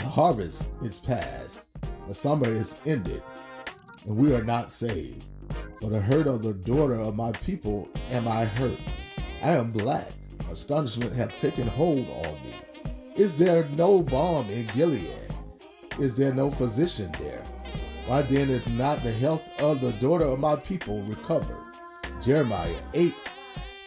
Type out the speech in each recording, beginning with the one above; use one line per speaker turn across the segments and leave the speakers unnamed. harvest is past, the summer is ended, and we are not saved. For the hurt of the daughter of my people am I hurt. I am black. Astonishment hath taken hold on me. Is there no balm in Gilead? Is there no physician there? Why then is not the health of the daughter of my people recovered? Jeremiah 8,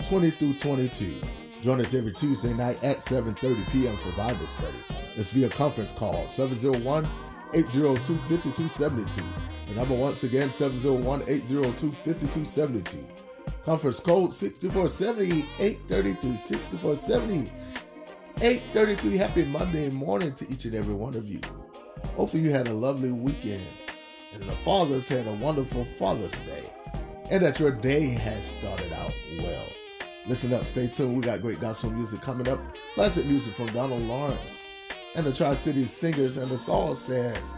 20 through 22. Join us every Tuesday night at 7.30 p.m. for Bible study. It's via conference call 701-802-5272. The number once again, 701-802-5272. Conference code 6470 833 6470 833. Happy Monday morning to each and every one of you. Hopefully you had a lovely weekend and the fathers had a wonderful Father's Day and that your day has started out well. Listen up, stay tuned. We got great gospel music coming up, classic music from Donald Lawrence and the Tri Cities Singers and the Soul Sands.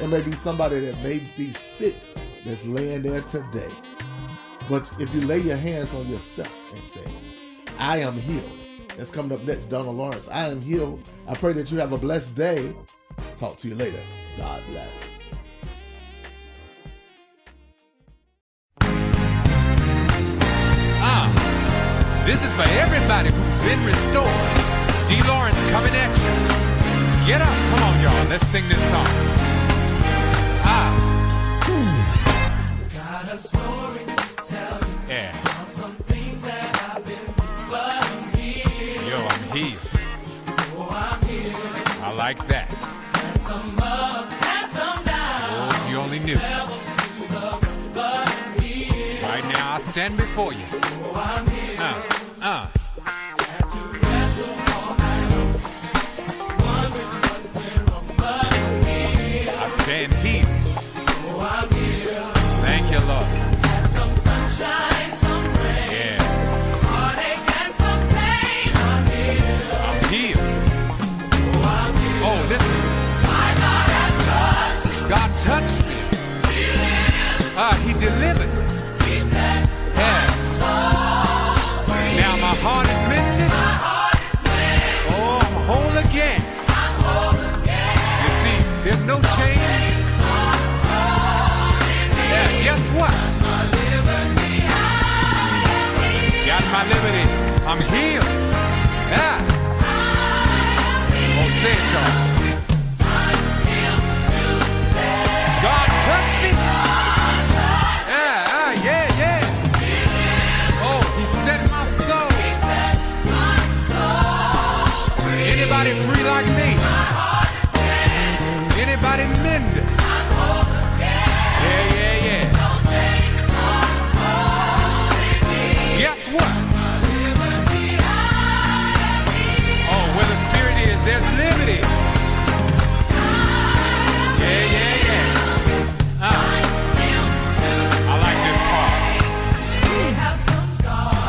There may be somebody that may be sick that's laying there today. But if you lay your hands on yourself and say, I am healed, that's coming up next, Donald Lawrence. I am healed. I pray that you have a blessed day. Talk to you later. God bless.
Ah, this is for everybody who's been restored. D. Lawrence coming at you. Get up. Come on, y'all. Let's sing this song. Ah. Yeah. Yo, I'm healed. I like that. Oh, you only knew. Right now, I stand before you. Uh, uh. I stand here. Thank you, Lord. Yeah, I'm healed. Oh, listen. God touched me. Ah, He delivered. Yeah. Now my heart is mended. Oh, I'm whole again. You see, there's no change. Yeah, guess what? Got my liberty. I'm healed. Yeah. Oh, say it, y'all. God touched me. Yeah, ah, yeah, yeah. Oh, he set my soul. Anybody free like me? Anybody mended? Yeah, yeah, yeah. Guess what? Oh, where the spirit is, there's liberty. Yeah, yeah, yeah. Uh, I like this part.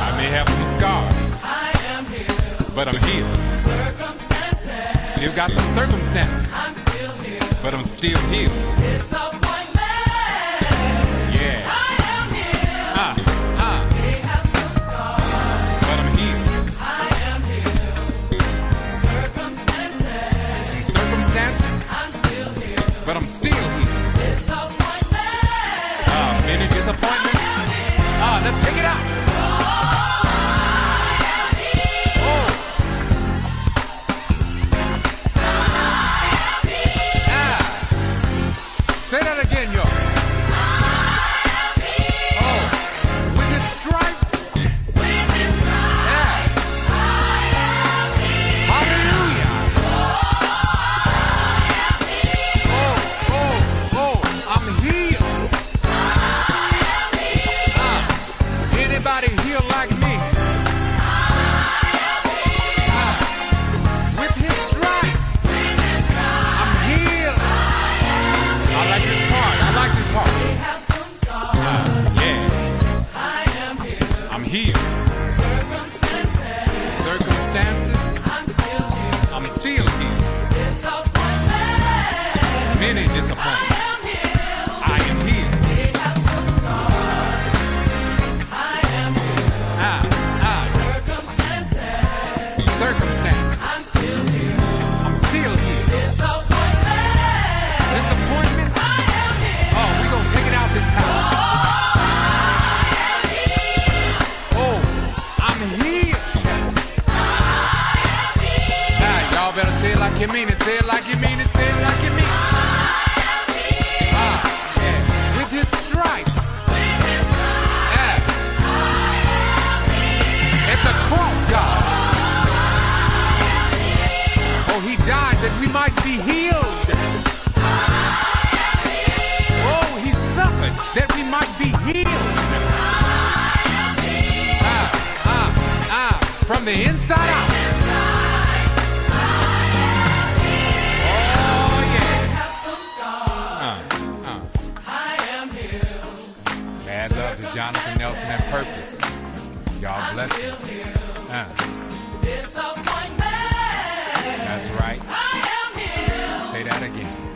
I may have some scars, but I'm healed. Still got some circumstances, but I'm still healed. Yeah. Uh, uh, but I'm healed. Some circumstances, but I'm still healed. Uh, many disappointments. Uh, let's take it out. Oh. Ah. Say that Oh, Oh, Ah, Ah, Ah, Oh, Oh, like you mean it, Ah, say it like you mean it, say it like you mean it. Ah, yeah. With his stripes. Yeah. At the cross, God. Oh, he died that we might be healed. Oh, he suffered that we might be healed. Ah, ah, ah, from the inside out. Oh, yeah. Uh, uh. Mad love to Jonathan Nelson and Purpose. Y'all bless him. Uh, that's right. Say that again.